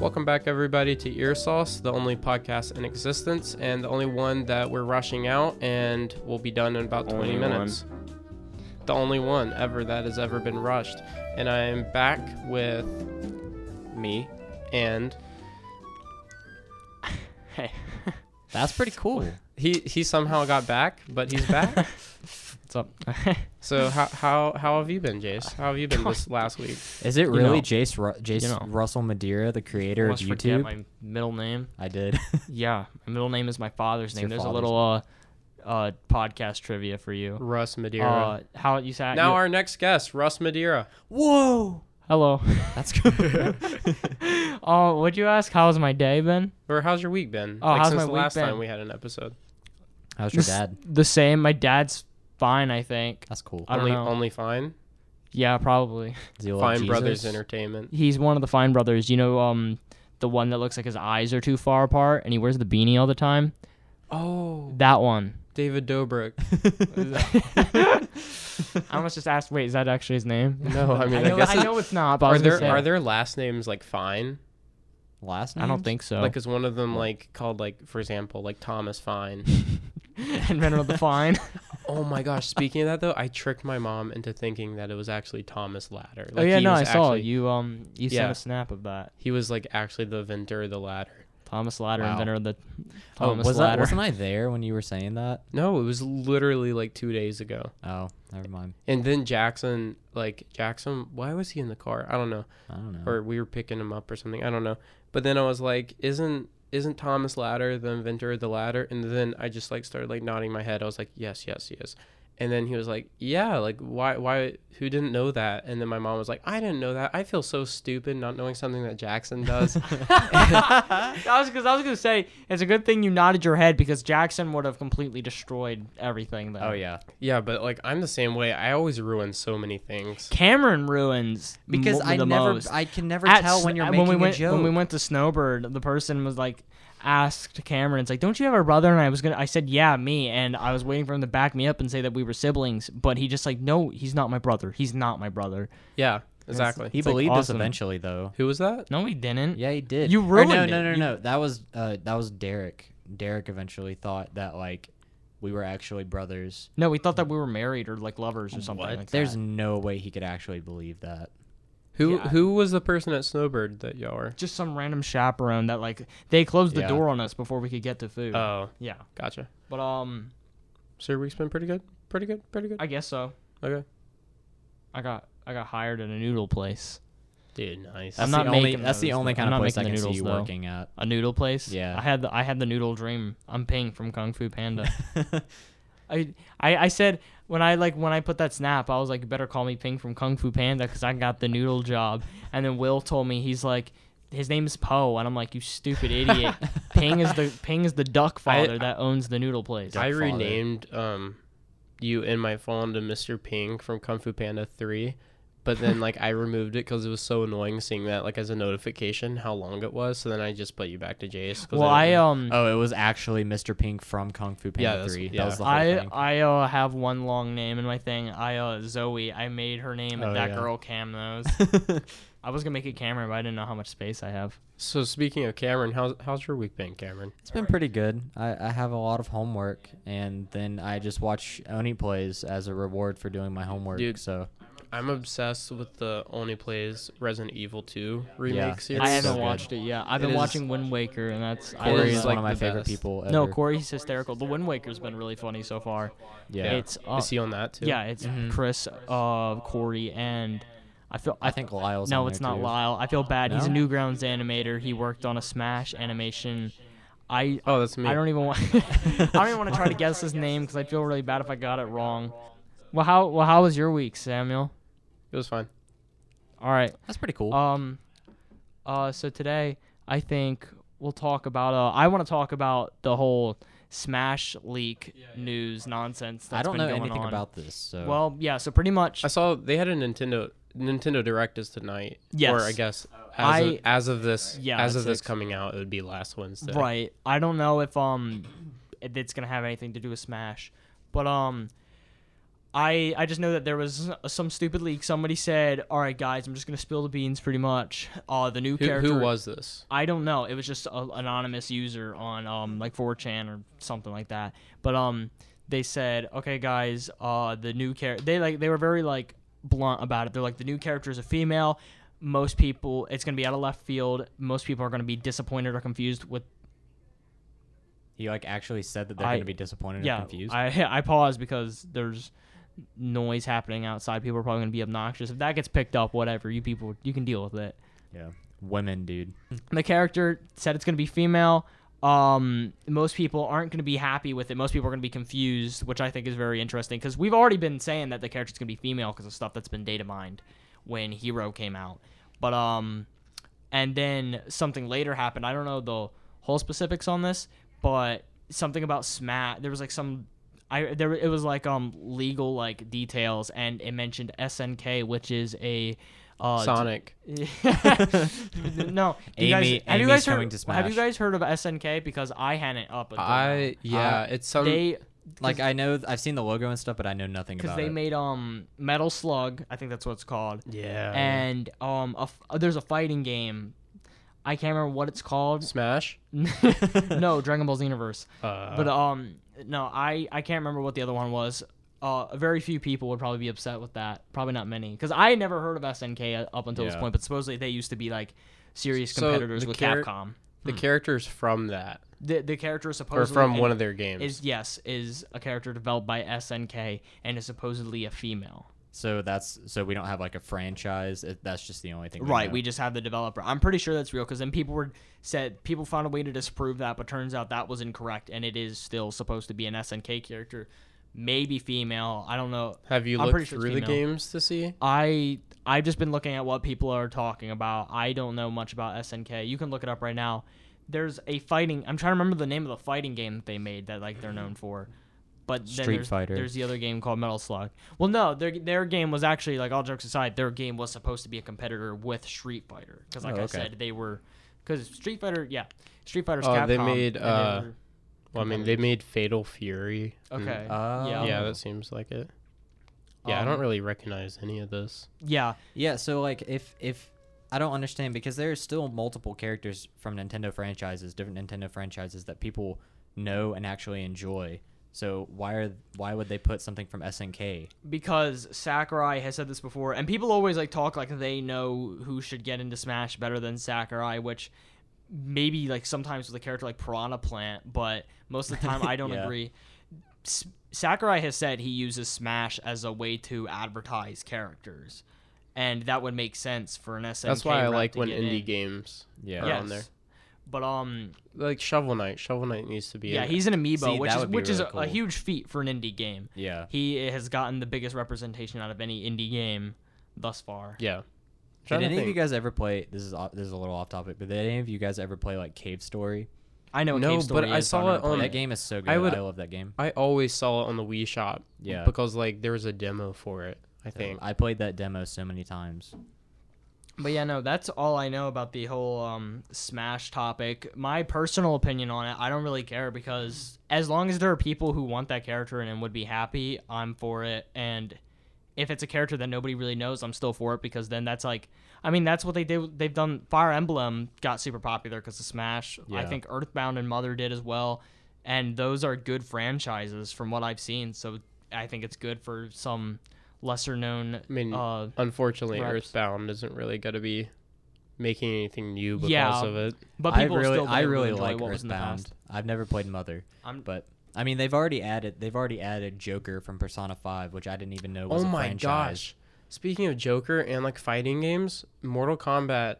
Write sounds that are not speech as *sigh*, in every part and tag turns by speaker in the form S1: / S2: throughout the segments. S1: Welcome back, everybody, to Ear Sauce, the only podcast in existence and the only one that we're rushing out and will be done in about 20
S2: Only
S1: minutes. The only one ever that has ever been rushed. And I'm back with me and
S2: Hey.
S3: That's pretty cool.
S1: he he somehow got back, but he's
S2: *laughs*
S1: back.
S3: What's up?
S1: so how how how have you been, Jace? How have you been
S2: *laughs*
S1: this last week?
S3: Is it
S2: You
S3: really
S2: know.
S3: Jace Ru- Jace
S2: You know.
S3: Russell Madeira, the creator of
S2: Almost forget
S3: YouTube?
S2: my middle name.
S3: I did. *laughs*
S2: Yeah, my middle name is my father's
S3: It's
S2: name.
S3: your
S2: There's
S3: father's
S2: a little uh, uh, podcast trivia for you.
S1: Russ Madeira.
S2: Uh, how you said
S1: now
S2: you-
S1: our next guest, Russ Madeira.
S3: Whoa,
S2: hello.
S3: that's good.
S2: *laughs* Oh, what'd you ask? How's my day been?
S1: Or how's your week been?
S2: Oh,
S1: like
S2: how's
S1: since
S2: my
S1: the
S2: week
S1: last time
S2: been?
S1: we had an episode.
S3: How's your
S2: The s-
S3: dad?
S2: The same. My dad's fine, I think.
S3: That's cool.
S2: I don't
S1: only
S2: know.
S1: only fine.
S2: Yeah, probably.
S3: Does he love
S1: Fine Brothers
S3: Jesus?
S1: Entertainment.
S2: He's one of the Fine Brothers. You know, um, the one that looks like his eyes are too far apart, and he wears the beanie all the time.
S1: Oh, *laughs*
S2: That one.
S1: David
S2: *laughs*
S1: Dobrik.
S2: I almost just asked, wait, is that actually his name?
S1: No, I mean,
S2: I
S1: I,
S2: know,
S1: guess.
S2: I
S1: it-
S2: know it's not, but I
S1: are
S2: was gonna
S1: there
S2: say-
S1: are their last names like Fine?
S3: Last name?
S2: I don't think so. *laughs*
S1: Like, is one of them like called like, for example, like Thomas
S2: *laughs*
S1: Fine?
S2: and Venerable
S3: *laughs*
S2: the *laughs* Fine.
S1: oh my gosh! Speaking of that though, I tricked my mom into thinking that it was actually Thomas Ladder.
S2: oh
S1: Like,
S2: yeah,
S1: he
S2: no,
S1: was
S2: I saw
S1: actually-
S2: you. Um, you
S1: Yeah.
S2: sent a snap of that.
S1: He was like actually the inventor of the ladder.
S2: Thomas Ladder,
S3: Wow.
S2: inventor of the
S3: Oh,
S2: Thomas
S3: was that,
S2: Ladder. *laughs*
S3: wasn't I there when you were saying that?
S1: No, it was literally like two days ago.
S3: Oh, never mind.
S1: And then Jackson, like Jackson, why was he in the car? I don't know.
S3: I don't know.
S1: or we were picking him up or something. I don't know. But then I was like, isn't isn't Thomas Ladder the inventor of the ladder? And then I just like started like nodding my head. I was like, yes, yes, yes. And then he was like, yeah, like why why who didn't know that? And then my mom was like, I didn't know that. I feel so stupid not knowing something that Jackson
S3: *laughs*
S1: does.
S2: that was because I was gonna say it's a good thing you nodded your head because Jackson would have completely destroyed everything. Then.
S3: oh
S2: *laughs*
S3: yeah,
S1: yeah, but like I'm the same way. I always ruin so many things.
S2: Cameron ruins
S3: because
S2: mo-
S3: I
S2: the
S3: never,
S2: most.
S3: I can never
S2: At
S3: tell
S2: s-
S3: when you're
S2: uh,
S3: making
S2: we went,
S3: a joke.
S2: When we went to Snowbird, the person was like asked Cameron, it's like, Don't you have a brother? And I was gonna I said, Yeah, me and I was waiting for him to back me up and say that we were siblings, but he just like, No, he's not my brother. He's not my brother.
S1: Yeah, exactly.
S3: he
S2: It's, like,
S3: believed us
S2: awesome.
S3: eventually, though.
S1: Who was that?
S2: No, he didn't.
S3: Yeah, he did.
S2: You
S3: Or no,
S2: ruined
S3: no,
S2: it.
S3: no,
S2: You-
S3: no. That was uh, that was Derek. Derek eventually thought that like we were actually brothers.
S2: No, we thought that we were married or like lovers or something like
S3: There's
S2: that.
S3: no way he could actually believe that.
S1: Who
S2: Yeah.
S1: who was the person at Snowbird that y'all were?
S2: just some random chaperone that like they closed the
S3: Yeah.
S2: door on us before we could get to food.
S1: Oh,
S2: yeah.
S1: gotcha.
S2: But um
S1: So your week's been pretty good. Pretty good. Pretty good.
S2: I guess so.
S1: Okay.
S2: I got I got hired at a noodle place.
S1: Dude, nice.
S3: That's
S2: I'm not
S3: the only.
S2: making
S3: That's the
S2: those,
S3: only
S2: though.
S3: kind
S2: I'm
S3: of
S2: not
S3: place I
S2: making
S3: can
S2: the
S3: see you
S2: noodles, though.
S3: working at.
S2: A noodle place?
S3: Yeah.
S2: I had the I had the noodle dream. I'm Ping from Kung Fu Panda. *laughs* I, I I said when I like when I put that snap, I was like, you better call me Ping from Kung Fu Panda because I got the noodle job. And then Will told me he's like, his name's Poe, and I'm like, you stupid idiot. Ping is
S3: *laughs*
S2: the Ping is the duck father that owns the noodle place.
S1: I
S3: Father.
S1: renamed um you in my phone to Mr. Ping from Kung Fu Panda 3, but
S2: *laughs*
S1: then like I removed it because it was so annoying seeing that like as a notification how long it was. So then I just put you back to Jace. 'cause
S2: well, I
S1: didn't-
S2: um
S3: *laughs* oh, it was actually Mr. Pink from Kung Fu
S1: Yeah,
S3: Panda
S1: that's-
S3: Three.
S1: yeah.
S3: That was the whole
S2: I
S3: thing.
S2: I uh, have one long name in my thing. I uh Zoe. I made her name and
S3: Oh,
S2: that
S3: yeah.
S2: girl Cam knows.
S3: *laughs*
S2: I was gonna make it Cameron, but I didn't know how much space I have.
S1: so speaking of Cameron, how's how's your week been, Cameron?
S3: It's been pretty good. I, I have a lot of homework, and then I just watch Oni plays as a reward for doing my homework.
S1: Dude,
S3: so
S1: I'm obsessed with the Only Plays Resident Evil 2 remake
S3: Yeah,
S1: series.
S2: I
S3: It's
S2: haven't
S3: so good.
S2: watched it yet. I've
S1: It
S2: been
S1: is-
S2: watching Wind Waker, and that's I
S1: Corey
S3: Corey
S1: is
S3: is
S2: love-
S1: like
S3: one of my
S1: the
S3: favorite
S1: best.
S3: people. Ever.
S2: no, Corey's hysterical. The Wind Waker's been really funny so far.
S3: Yeah.
S2: It's uh,
S1: Is he on that too?
S2: yeah, it's
S3: Mhm.
S2: Chris, uh, Corey, and I feel
S3: I think Lyle's.
S2: no,
S3: on
S2: it's
S3: there,
S2: not
S3: too.
S2: Lyle. I feel bad. He's a
S3: No?
S2: Newgrounds animator. He worked on a Smash animation. I
S1: Oh, that's me.
S2: I don't e even want. *laughs* I don't even want to try to guess his name because I feel really bad if I got it wrong. Well, how well how was your week, Samuel?
S1: It was fine.
S2: All right.
S3: That's pretty cool.
S2: Um, uh, so today I think we'll talk about. Uh, I want to talk about the whole Smash leak news nonsense. That's
S3: I don't
S2: been
S3: know
S2: going
S3: anything
S2: on.
S3: about this. So
S2: Well, yeah. So pretty much,
S1: I saw they had a Nintendo Nintendo Direct is tonight. Or
S2: Yes.
S1: I guess as, of,
S2: I-
S1: as of this
S2: Yeah,
S1: as of
S2: it's
S1: this
S2: like-
S1: coming out, it would be last Wednesday.
S2: right? I don't know if um, it- it's gonna have anything to do with Smash, but um, I I just know that there was some stupid leak. Somebody said, "All right, guys, I'm just gonna spill the beans, pretty much." Uh, the new
S1: Who,
S2: character.
S1: who was this?
S2: I don't know. It was just an anonymous user on um like 4chan or something like that. But um they said, "Okay guys, uh the new character they like they were very like blunt about it. They're like the new character is a female. Most people it's going to be out of left field. Most people are going to be disappointed or confused with
S3: He like actually said that they're
S2: I-
S3: going to be disappointed
S2: yeah,
S3: and confused.
S2: I *laughs* I paused because there's noise happening outside. People are probably going to be obnoxious. If that gets picked up, whatever, you people you can deal with it.
S3: yeah, women, dude.
S2: the character said it's going to be female. Um, most people aren't going to be happy with it. Most people are going to be confused, which I think is very interesting because we've already been saying that the character's going to be female because of stuff that's been data mined when Hero came out. But um, and then something later happened. I don't know the whole specifics on this, but something about Smash. There was like some. I, there it was like um legal like details and it mentioned SNK which is a uh, *laughs*
S1: Sonic.
S2: no, do you guys,
S3: Amy-
S2: have
S3: Amy's
S2: you guys
S3: coming
S2: heard,
S3: to
S2: Have you
S3: Smash.
S2: guys heard of SNK? Because I hadn't up. until now.
S1: I yeah, it's some
S2: Uh, they
S3: *laughs* Like I know, I've seen the logo and stuff, but I know nothing
S2: because
S3: about
S2: they
S3: it.
S2: made um Metal Slug. I think that's what it's called.
S1: yeah
S2: And um, a f- there's a fighting game. I can't remember what
S1: *laughs*
S2: it's called.
S1: Smash.
S2: no, Dragon Ball Z Universe.
S1: Uh,
S2: but um, no, I I can't remember what the other one was. Uh, very few people would probably be upset with that. Probably not many, because I had never heard of SNK up until this
S3: Yeah.
S2: point. But supposedly they used to be like serious
S1: So
S2: competitors
S1: the
S2: with
S1: char-
S2: Capcom.
S1: the characters from that
S2: The the character is
S1: or
S2: supposedly
S1: from
S2: and-
S1: one of their games.
S2: is yes is a character developed by SNK and is supposedly a female.
S3: *laughs* so that's so we don't have like a franchise. It, that's just the only thing. We
S2: Right,
S3: know.
S2: we just have the developer. I'm pretty sure that's real because then people were said people found a way to disprove that, but turns out that was incorrect and it is still supposed to be an SNK character, maybe female. I don't know.
S1: Have you
S2: I'm
S1: looked
S2: pretty sure it's
S1: through the
S2: female.
S1: games to see?
S2: I I've just been looking at what people are talking about. I don't know much about SNK. You can look it up right now. There's a fighting. I'm trying to remember the name of the fighting game that they made that like they're known for. But then
S3: Street
S2: there's,
S3: Fighter.
S2: There's the other game called Metal Slug. Well, no, their their game was actually like all jokes aside, their game was supposed to be a competitor with Street Fighter because like
S3: Oh,
S2: I
S3: okay.
S2: said, they were because Street Fighter, yeah, Street Fighter's
S1: Oh,
S2: Capcom.
S1: they made,
S2: and
S1: uh,
S2: were-
S1: Well, I mean, they made Fatal Fury. and-
S2: okay,
S3: Oh.
S2: yeah,
S1: Yeah, that seems like it. Yeah, I
S2: Um,
S1: don't really recognize any of this.
S2: yeah.
S3: Yeah, so like if if I don't understand because there are still multiple characters from Nintendo franchises, different Nintendo franchises that people know and actually enjoy. So why are why would they put something from SNK?
S2: because Sakurai has said this before, and people always like talk like they know who should get into Smash better than Sakurai, which maybe like sometimes with a character like Piranha Plant, but most of the time
S1: *laughs*
S2: I don't
S3: Yeah.
S2: agree. S- Sakurai has said he uses Smash as a way to advertise characters, and that would make sense for an SNK.
S1: That's why I
S2: rep
S1: like
S2: to
S1: when
S2: get
S1: indie
S2: in.
S1: games
S3: Yeah.
S1: are
S2: yes.
S1: on there.
S2: But um,
S1: Like Shovel Knight. Shovel Knight needs to be.
S2: yeah,
S1: in it.
S2: he's an amiibo,
S3: See,
S2: which
S3: that
S2: is
S3: would be
S2: which is
S3: really
S2: a, a
S3: cool.
S2: huge feat for an indie game.
S3: Yeah.
S2: He has gotten the biggest representation out of any indie game thus far.
S1: Yeah.
S3: Did
S1: Trying to
S3: any of you
S1: think.
S3: guys ever play this is off- this is a little off topic, but did any of you guys ever play like Cave Story?
S2: I know.
S1: No,
S2: Cave Story
S1: but I
S2: is, I've
S1: saw
S2: never
S1: it
S2: played
S1: on-
S3: that game is so good.
S1: I
S3: I,
S1: would-
S3: love that game.
S1: I always saw it on the Wii Shop.
S3: Yeah.
S1: Because like there was a demo for it. I think.
S3: I played that demo so many times.
S2: But yeah, no, that's all I know about the whole um, Smash topic. My personal opinion on it, I don't really care because as long as there are people who want that character and would be happy, I'm for it. And if it's a character that nobody really knows, I'm still for it because then that's like, I mean, that's what they did. They've done Fire Emblem got super popular because of Smash. I
S3: Yeah.
S2: think Earthbound and Mother did as well, and those are good franchises from what I've seen. So I think it's good for some lesser known.
S1: I mean,
S3: Oh,
S2: uh,
S1: unfortunately,
S2: reps.
S1: Earthbound isn't really gonna be making anything new because
S2: Yeah.
S1: of it.
S2: but
S3: I
S2: people
S3: really
S2: still
S3: I
S2: did
S3: really
S2: enjoy
S3: like
S2: what was in the past.
S3: Earthbound. I've never played Mother.
S2: I'm-
S3: but I mean they've already added they've already added Joker from Persona 5, which I didn't even know was
S1: oh
S3: a
S1: my
S3: franchise.
S1: gosh speaking of joker and like fighting games mortal kombat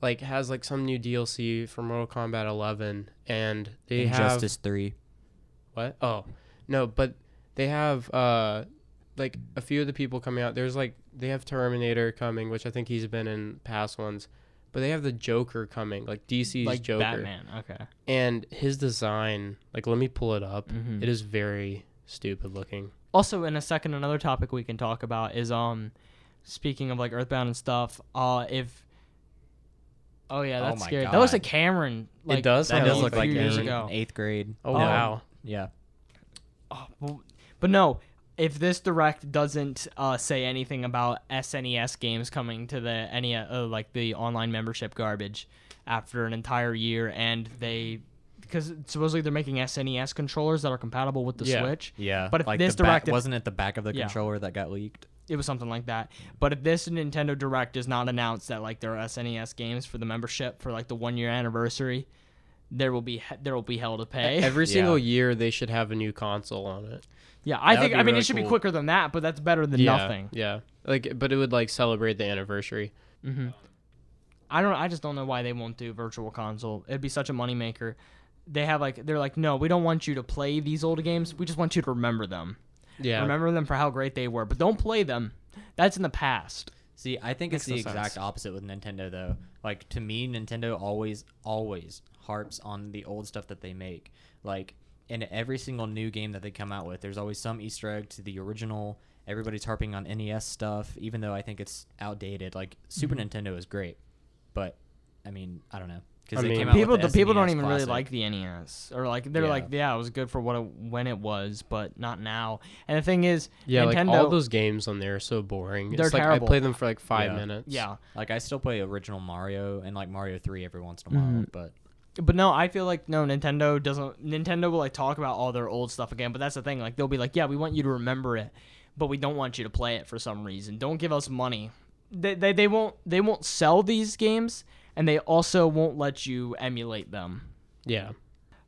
S1: like has like some new dlc for mortal kombat 11 and they have
S3: Injustice 3.
S1: what oh no but they have uh like a few of the people coming out there's like they have terminator coming which i think he's been in past ones but they have the joker coming like dc's
S2: like
S1: joker
S2: Batman. Okay.
S1: and his design like let me pull it up
S2: Mhm.
S1: It is very stupid looking
S2: Also, in a second, another topic we can talk about is um, speaking of like Earthbound and stuff. Uh, if oh yeah,
S3: Oh
S2: that's
S3: my
S2: scary. That looks
S3: God.
S2: like Cameron. Like,
S1: does
S2: That
S1: kinda
S2: was
S1: look
S2: a
S1: like
S2: few years Oh,
S3: Oh,
S1: Cameron.
S2: ago.
S3: Eighth grade.
S1: oh
S2: Um,
S1: wow
S3: Yeah.
S2: Oh, well, but no, if this direct doesn't uh, say anything about SNES games coming to the any uh, like the online membership garbage after an entire year, and they because supposedly they're making SNES controllers that are compatible with the
S1: Yeah.
S2: Switch.
S3: Yeah,
S2: But if
S3: like
S2: this
S3: the back-
S2: directive-
S3: wasn't it the back of the
S2: Yeah.
S3: controller that got leaked.
S2: It was something like that. But if this Nintendo Direct does not announce that like there are SNES E games for the membership for like the one year anniversary, there will be he- there will be hell to pay.
S1: E-, Every
S3: Yeah.
S1: single year they should have a new console on it.
S2: *laughs* yeah, I
S1: That would
S2: think
S1: be
S2: I mean
S1: really
S2: it should be
S1: cool.
S2: quicker than that, but that's better than
S1: yeah,
S2: nothing.
S1: Yeah. Like but it would like celebrate the anniversary.
S2: hmm I don't. I just don't know why they won't do virtual console. It'd be such a moneymaker. They have like they're like, no, we don't want you to play these old games. We just want you to remember them.
S1: Yeah.
S2: Remember them for how great they were, but don't play them. That's in the past.
S3: See, I think it's the
S1: Makes no
S3: exact
S1: sense.
S3: opposite with Nintendo though. Like to me, Nintendo always always harps on the old stuff that they make. Like in every single new game that they come out with, there's always some Easter egg to the original. Everybody's harping on NES stuff, even though I think it's outdated. Like Super
S1: Mm-hmm.
S3: Nintendo is great, but I mean, I don't know
S1: I
S3: because they
S1: mean-
S3: came out
S2: People,
S3: with
S2: the
S3: the,
S2: people don't
S3: SNES
S1: E
S2: even really
S3: Classic.
S2: like the NES, or like they're
S3: Yeah.
S2: like, yeah, it was good for what it, when it was, but not now. And the thing is,
S1: yeah,
S2: Nintendo,
S1: like all those games on there are so boring.
S2: They're
S1: it's like
S2: terrible.
S1: I play them for like 5
S3: Yeah.
S1: minutes.
S2: yeah,
S3: Like I still play original Mario and like Mario Three every once in a while,
S2: Mhm.
S3: but
S2: But no, I feel like no Nintendo doesn't. Nintendo will like talk about all their old stuff again, but that's the thing. Like they'll be like, yeah, we want you to remember it, but we don't want you to play it for some reason. Don't give us money. They they, they won't they won't sell these games, and they also won't let you emulate them.
S1: Yeah.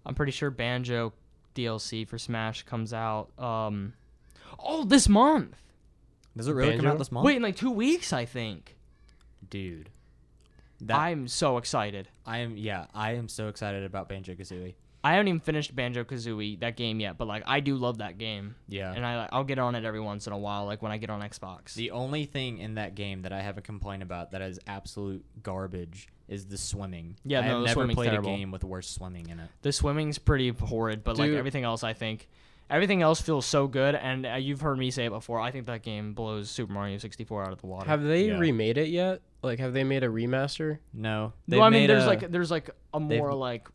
S2: I'm pretty sure Banjo DLC for Smash comes out. Um, oh, this month.
S3: does it really come
S1: Banjo?
S3: out this month?
S2: Wait, in like two weeks, I think.
S3: dude, that
S2: I'm so excited.
S3: I am yeah, I am so excited about Banjo Kazooie.
S2: I haven't even finished Banjo Kazooie that game yet, but like I do love that game.
S3: Yeah.
S2: and I I'll get on it every once in a while, like when I get on Xbox.
S3: the only thing in that game that I have a complaint about that is absolute garbage is the swimming.
S2: Yeah,
S3: I
S2: no,
S3: have
S2: the
S3: never
S2: swimming's
S3: played
S2: terrible.
S3: a game with worse swimming in it.
S2: the swimming's pretty horrid, but like
S1: Dude.
S2: everything else, I think everything else feels so good. And uh, you've heard me say it before. I think that game blows Super Mario 64 out of the water.
S1: Have they
S3: Yeah.
S1: remade it yet? Like have they made a remaster?
S3: No,
S2: well, I mean, there's like there's like a
S3: they've-
S2: more like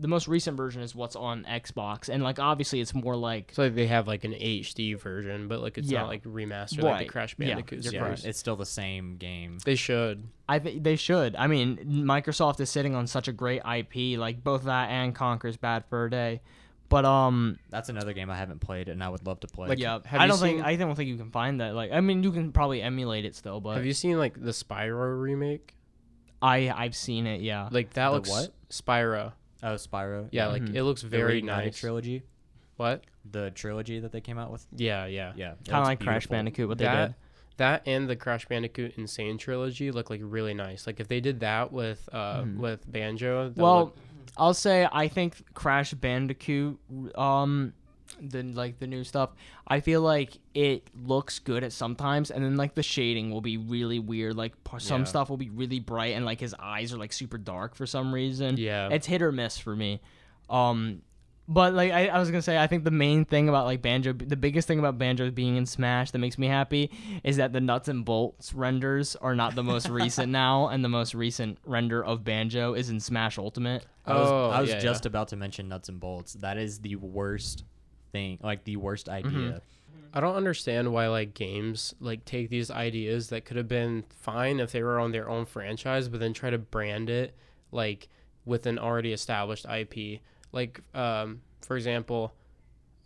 S2: the most recent version is what's on Xbox, and like obviously it's more like
S1: So like, they have like an HD version, but like it's
S2: Yeah.
S1: not like remastered like
S2: Right.
S1: the Crash
S2: Yeah,
S1: Bandicoot
S2: you're
S1: series.
S2: correct.
S3: it's still the same game.
S1: They should.
S2: I think they should. I mean, Microsoft is sitting on such a great IP, like both that and Conker's Bad for a Day. But um,
S3: That's another game I haven't played and I would love to play.
S1: Like,
S2: yeah,
S1: have
S2: I
S1: you
S2: don't
S1: seen-
S2: think I don't think you can find that. Like, I mean, you can probably emulate it still, but
S1: Have you seen like the Spyro remake?
S2: I I've seen it. Yeah,
S1: Like that
S3: The
S1: looks
S3: what?
S1: Spyro.
S3: oh, Spyro.
S1: Yeah, like
S2: Mhm.
S1: it looks
S3: The
S1: very
S3: Reignited
S1: nice.
S3: trilogy.
S1: What?
S3: The trilogy that they came out with.
S1: Yeah, yeah.
S3: Yeah, it
S2: kind
S3: looks
S2: of like Crash
S3: beautiful.
S2: Bandicoot, what they
S1: that
S2: did.
S1: that and the Crash Bandicoot Insane trilogy look like really nice. Like if they did that with uh with Banjo, that
S2: Well,
S1: would-
S2: I'll say I think Crash Bandicoot, um, the like the new stuff. I feel like it looks good at sometimes, and then like the shading will be really weird. Like p- some
S1: Yeah.
S2: stuff will be really bright, and like his eyes are like super dark for some reason.
S1: Yeah.
S2: it's hit or miss for me. Um, but like I, I was gonna say, I think the main thing about like Banjo, the biggest thing about Banjo being in Smash that makes me happy is that the nuts and bolts renders are not the *laughs* most recent now, and the most recent render of Banjo is in Smash Ultimate.
S3: I was,
S1: Oh,
S3: I was
S1: yeah,
S3: just about to mention nuts and bolts. That is the worst thing, like the worst idea.
S1: I don't understand why like games like take these ideas that could have been fine if they were on their own franchise, but then try to brand it like with an already established IP. Like um, for example,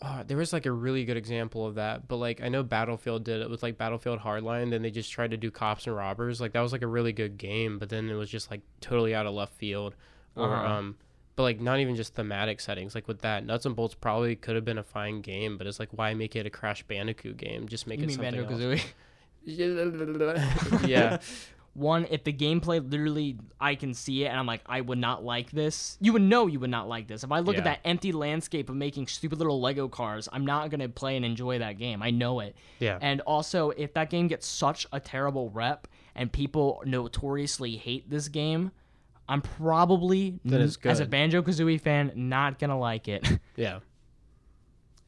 S1: uh, there was like a really good example of that, but like I know Battlefield did it with like Battlefield Hardline. Then they just tried to do cops and robbers. Like that was like a really good game, but then it was just like totally out of left field. Or
S2: Uh-huh.
S1: um, but like not even just thematic settings. Like with that, Nuts and Bolts probably could have been a fine game, but it's like why make it a Crash Bandicoot game? Just make
S2: You
S1: it
S2: mean
S1: something
S2: Banjo
S1: else. *laughs*
S2: Kazooie?
S1: yeah,
S2: *laughs* One, if the gameplay literally I can see it and I'm like, I would not like this. You would know you would not like this. If I look at
S1: Yeah.
S2: that empty landscape of making stupid little Lego cars, I'm not gonna play and enjoy that game. I know it.
S1: yeah.
S2: And also, if that game gets such a terrible rep and people notoriously hate this game, I'm probably
S1: Then it's
S2: as a
S1: good.
S2: Banjo Kazooie fan not gonna like it. *laughs*
S1: yeah.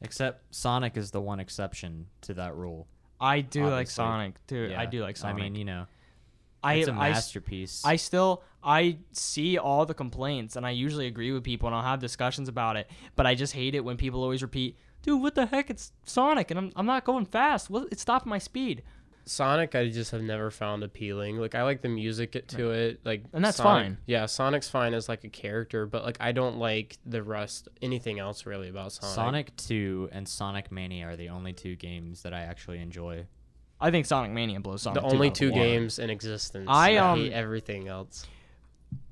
S3: Except Sonic is the one exception to that rule.
S2: I do like
S3: Obviously.
S2: Sonic too.
S3: Yeah.
S2: I do like Sonic.
S3: I mean, you know,
S2: I
S3: it's a
S2: I s-
S3: masterpiece.
S2: I still I see all the complaints and I usually agree with people and I'll have discussions about it, but I just hate it when people always repeat, "Dude, what the heck? It's Sonic and I'm I'm not going fast. What it's stopping my speed."
S1: Sonic, I just have never found appealing. Like I like the music it- to it, like
S2: And that's
S1: Sonic-
S2: fine.
S1: Yeah, Sonic's fine as like a character, but like I don't like the rest anything else really about Sonic.
S3: Sonic 2 and Sonic Mania are the only two games that I actually enjoy.
S2: I think Sonic Mania blows Sonic.
S1: the
S2: 2
S1: only
S2: out of
S1: two
S2: water.
S1: games in existence.
S2: I, um,
S1: hate everything else.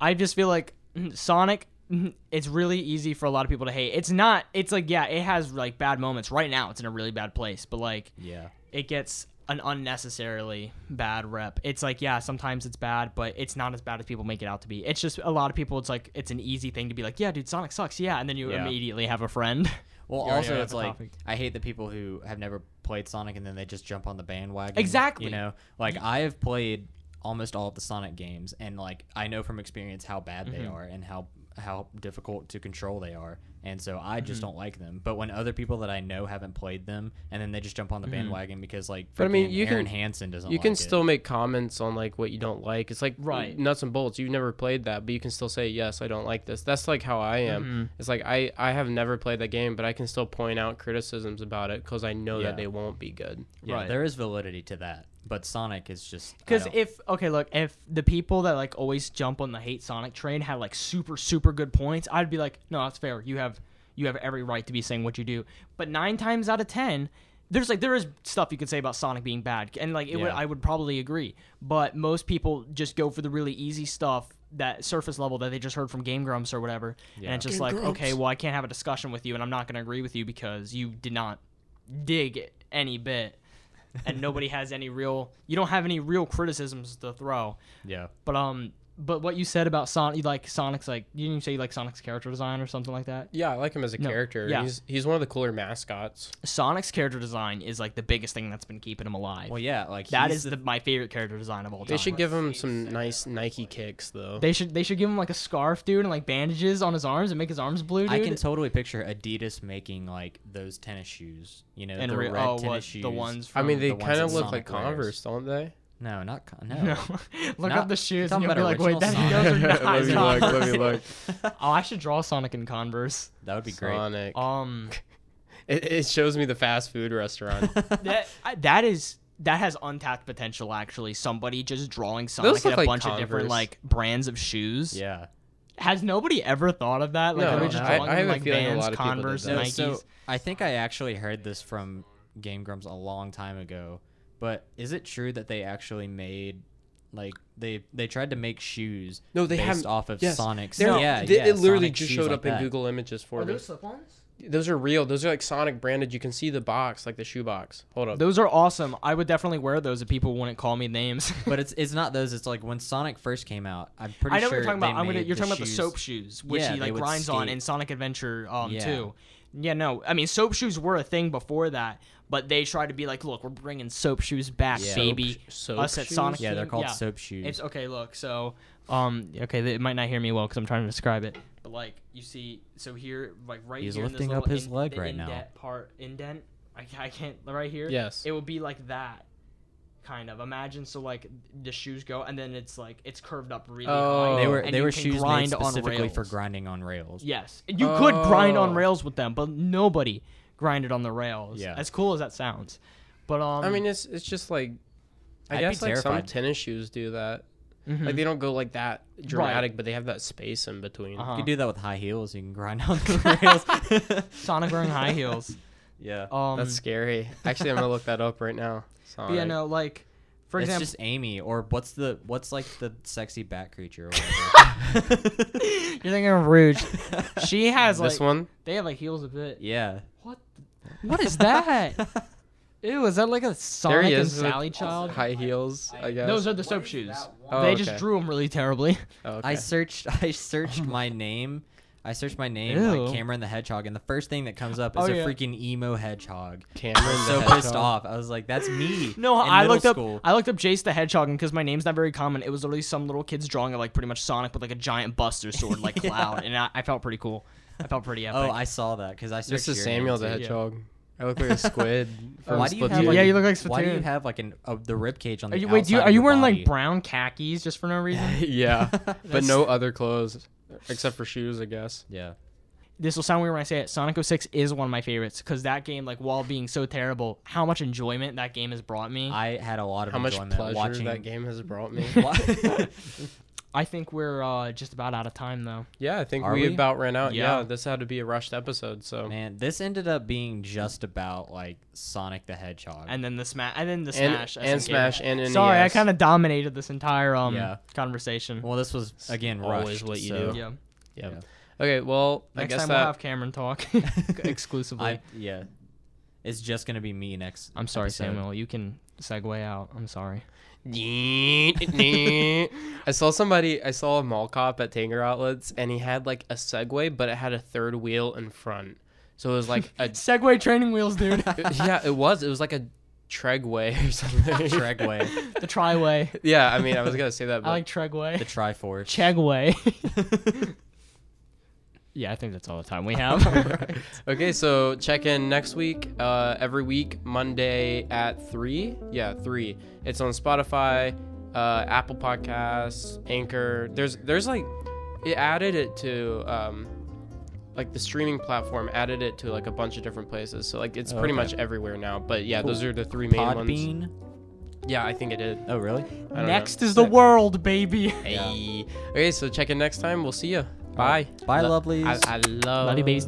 S2: I just feel like mm, Sonic. mm, It's really easy for a lot of people to hate. It's not. It's like yeah, it has like bad moments. Right now, it's in a really bad place, but like
S3: Yeah.
S2: it gets an unnecessarily bad rep. It's like, yeah, sometimes it's bad, but it's not as bad as people make it out to be. It's just a lot of people, it's like, it's an easy thing to be like, yeah, dude, Sonic sucks. Yeah. And then you
S3: Yeah.
S2: immediately have a friend. *laughs*
S3: Well,
S2: You already
S3: also
S2: have
S3: it's
S2: the
S3: like
S2: topic.
S3: I hate the people who have never played Sonic and then they just jump on the bandwagon.
S2: Exactly.
S3: You know, like I have played almost all of the Sonic games, and like I know from experience how bad they
S2: Mm-hmm.
S3: are and how how difficult to control they are, and so I
S2: Mm-hmm.
S3: just don't like them. But when other people that I know haven't played them and then they just jump on the
S2: Mm-hmm.
S3: bandwagon because like,
S1: But I mean,
S3: freaking
S1: you
S3: Aaron
S1: can-
S3: Hansen doesn't.
S1: You can
S3: like it.
S1: still make comments on like what you don't like. It's like
S2: Right.
S1: nuts and bolts. You've never played that, but you can still say yes, I don't like this. That's like how I am.
S2: Mm-hmm.
S1: It's like I I have never played that game, but I can still point out criticisms about it because I know
S3: Yeah.
S1: that they won't be good.
S3: Yeah,
S2: Right.
S3: there is validity to that, but Sonic is just I
S2: Because
S3: don't-
S2: if, okay, look, if the people that like always jump on the hate Sonic train had like super, super good points, I'd be like, no, that's fair. You have, you have every right to be saying what you do. But nine times out of 10, there's like, there is stuff you could say about Sonic being bad. And like, it would,
S3: Yeah.
S2: I would probably agree. But most people just go for the really easy stuff that surface level that they just heard from Game Grumps or whatever. And
S3: Yeah.
S2: it's just like, okay, well, I can't have a discussion with you and I'm not going to agree with you because you did not dig it any bit. and nobody has any real you don't have any real criticisms to throw.
S3: yeah.
S2: But um but what you said about Sonic you like Sonic's like you didn't say you like Sonic's character design or something like that?
S1: Yeah, I like him as a
S2: No,
S1: character.
S2: yeah.
S1: He's he's one of the cooler mascots.
S2: Sonic's character design is like the biggest thing that's been keeping him alive.
S3: Well, yeah, like
S2: that
S3: he's
S2: is the, my favorite character design of all time.
S1: They should give him some nice Nike kicks though.
S2: they should they should give him like a scarf, dude, and like bandages on his arms and make his arms blue, dude.
S3: I can totally picture Adidas making like those tennis shoes. You know,
S2: and
S3: the
S2: re-
S3: red
S2: oh,
S3: tennis
S2: what,
S3: shoes.
S2: the ones
S1: I
S2: from
S1: mean, they
S3: the ones
S1: kind of
S3: that
S1: look like
S3: Sonic wears.
S1: Converse, don't
S3: *laughs*
S1: they?
S3: No, not con-
S2: no.
S3: no.
S2: *laughs* Look
S3: Not-
S2: up the shoes and
S3: talking
S2: you'll be
S3: about
S2: like, wait,
S3: original
S2: that,
S3: Sonic.
S2: those are not
S1: *laughs* Let me
S2: *laughs*
S1: look, let me
S3: *laughs*
S1: look.
S2: Oh, I should draw Sonic in Converse.
S3: That would be great. *laughs*
S1: Sonic.
S2: Um
S1: It, it shows me the fast food
S3: *laughs*
S1: restaurant.
S2: that I- that is that has untapped potential actually somebody just drawing sonic in
S1: look
S2: a
S1: like
S2: bunch of different
S1: Converse.
S2: like brands of shoes
S3: Yeah.
S2: has nobody ever thought of that like
S1: No,
S2: are we
S3: no.
S2: just
S3: I-
S2: drawing
S1: I
S2: them
S1: have a
S2: like
S1: feeling a
S2: vans
S1: lot of people did
S2: converse
S1: that.
S3: No,
S2: nikes
S3: so I think I actually heard this from Game Grumps a long time ago, but is it true that they actually made like they they tried to make shoes
S1: No, they
S3: based
S1: haven't-
S3: off of
S1: yes.
S3: Sonic's
S1: They're-
S3: yeah,
S1: they-
S3: yeah,
S1: it literally
S3: Sonic
S1: just
S3: shoes
S1: showed
S3: like
S1: up in
S3: that.
S1: Google Images for me.
S2: slip-ons
S1: Those are real. Those are like Sonic branded. You can see the box, like the shoe box. Hold up.
S2: those are awesome i would definitely wear those if people wouldn't call me names *laughs*
S3: But it's it's not those. It's like when Sonic first came out. I'm pretty.
S2: I know what
S3: sure
S2: you're talking
S3: they
S2: about. I'm gonna,
S3: made
S2: you're talking
S3: shoes.
S2: about the soap shoes, which
S3: Yeah,
S2: he
S3: they
S2: like
S3: would
S2: grinds on
S3: skate.
S2: in Sonic Adventure um
S3: Yeah.
S2: too. Yeah, no, I mean soap shoes were a thing before that, but they tried to be like, look, we're bringing soap shoes back,
S3: Yeah.
S2: baby.
S1: Soap sh- soap
S2: Us at
S1: shoes?
S2: Sonic.
S3: Yeah, they're
S2: Team-
S3: called
S2: yeah.
S3: soap shoes.
S2: It's okay. Look, so um, okay, they might not hear me well because I'm trying to describe it. But like, you see, so here, like right
S3: He's
S2: here, in this
S3: lifting up
S2: little
S3: his
S2: in-
S3: leg
S2: the
S3: right now.
S2: indent Part indent. I, ca- I can't right here.
S1: Yes.
S2: It would be like that, kind of. Imagine so like the shoes go, and then it's like it's curved up really high.
S1: Oh.
S3: They were
S2: Uh, and
S3: they
S2: you
S3: were
S2: can
S3: shoes made
S2: grind on
S3: specifically for
S2: rails.
S3: grinding on rails.
S2: Yes, And you could grind
S1: Oh.
S2: on rails with them, but nobody grinded on the rails.
S3: Yeah.
S2: As cool as that sounds, but um,
S1: I mean, it's it's just like, I
S3: I'd be
S1: guess like some
S3: terrified. Hmm.
S1: tennis shoes do that.
S2: mm-hmm.
S1: Like they don't go like that dramatic, but they have that space in between.
S2: uh-huh.
S3: You do that with high heels. You can grind *laughs*
S2: *laughs*
S3: on the rails.
S2: Sonic wearing high heels.
S3: yeah.
S1: *laughs*
S2: Um,
S1: That's scary. Actually, I'm gonna look that up right now.
S2: But
S1: Sonic.
S2: yeah, no, like for
S3: it's
S2: example,
S3: just Amy, or what's the what's like the sexy bat creature?
S2: *laughs*
S3: Or whatever.
S2: you're thinking
S1: *laughs*
S2: of Rouge. *laughs* she has like
S1: This one.
S2: they have like heels a bit.
S3: yeah.
S2: What? the- What
S1: *laughs*
S3: *laughs*
S2: is that? Ew, is that like a
S1: There he
S2: Sonic and
S1: is. with
S2: Sally child?
S1: High heels. I guess.
S2: Those are the soap shoes.
S1: Oh,
S2: they
S1: okay.
S2: just drew them really terribly.
S1: Oh, okay.
S3: I searched. *laughs* I searched my name. I searched my name,
S2: Oh. Ew.
S3: like Cameron the Hedgehog, and the first thing that comes up is
S2: Oh,
S3: a
S2: yeah.
S3: freaking emo hedgehog.
S1: Cameron
S3: I was
S1: the
S3: so pissed
S1: Hedgehog.
S3: off. I was like, "That's *laughs* me."
S2: *laughs* No,
S3: in
S2: I
S3: middle
S2: looked
S3: school.
S2: up. I looked up Jace the Hedgehog, and because my name's not very common, it was literally some little kid's drawing of like pretty much Sonic with like a giant Buster sword,
S1: *laughs*
S2: like Cloud, and I, I felt pretty cool. I felt pretty epic.
S3: Oh, I saw that because I searched.
S1: This is
S3: your name,
S1: Samuel the
S3: too.
S1: Hedgehog. I look like a
S3: *laughs*
S2: *laughs*
S1: squid. from
S3: Why do you
S1: Splatoon.
S3: have
S2: Yeah,
S1: *laughs*
S3: like,
S2: you look like
S3: Why do you
S2: Splatoon.
S3: have like an uh, the rib cage on
S2: Are
S3: the
S2: you, wait, do you,
S3: outside
S2: are
S3: of
S2: you
S3: your
S2: wearing like
S3: body?
S2: brown khakis just for no reason?
S1: yeah, but
S2: That's-
S1: no other clothes except for shoes, I guess.
S3: Yeah.
S2: this will sound weird when I say it. Sonic 06 is one of my favorites because that game, like, while being so terrible, how much enjoyment that game has brought me. *laughs* I,
S3: I had a lot of
S1: How much
S3: enjoyment
S1: pleasure
S3: watching
S1: that game has brought me.
S3: Wa-
S2: think we're uh, just about out of time though.
S1: yeah, I think
S3: Are
S1: we,
S3: we?
S1: about ran out. Yeah.
S2: Yeah.
S1: this had to be a rushed episode. So
S3: *laughs* Man, this ended up being just about like Sonic the Hedgehog.
S2: And then the smash, and then the
S1: and
S2: smash, as
S1: and
S2: a
S1: Smash E
S2: game.
S1: and NES.
S2: Sorry, I kind of dominated this entire um
S3: Yeah.
S2: conversation.
S3: well, this was again rushed.
S1: always what you
S3: so-
S1: do.
S2: yeah.
S1: Yeah.
S3: Yeah.
S1: Okay, well, I
S2: Next
S1: guess
S2: time
S1: that.
S2: we'll have
S1: *laughs*
S2: Cameron talk *laughs* exclusively.
S3: I, yeah. It's just gonna be me next.
S2: I'm sorry,
S3: episode.
S2: Samuel. You can segue out. I'm sorry.
S1: I saw somebody. I saw a mall cop at Tanger Outlets, and he had like a Segway, but it had a third wheel in front. So it was
S2: *laughs*
S1: like a
S2: Segway training wheels,
S1: *laughs*
S2: dude.
S1: yeah, it was. It was like a tregway or something.
S3: *laughs* Tregway,
S2: the triway.
S1: *laughs* Yeah, I mean, I was gonna say that, but
S2: I like tregway.
S3: the Triforce. *laughs*
S2: Chegway. yeah, I think that's all
S3: *laughs*
S2: the time we have.
S1: okay. So check in next week. Uh, every week, Monday at three. Yeah, three. It's on Spotify, uh, Apple Podcasts, Anchor. There's there's like it added it to um, like the streaming platform added it to like a bunch of different places. So like it's
S3: Oh,
S1: pretty
S3: okay.
S1: much everywhere now. But yeah, those are the three main ones.
S3: Podbean.
S1: Yeah, I think it did.
S3: Oh really?
S1: I don't know.
S2: Next is the world,
S3: *laughs*
S2: baby.
S3: Yeah.
S1: Hey. Okay, so check in next time. We'll see ya. Bye.
S3: Bye, lovelies.
S1: I, I love.
S2: Love you, babies.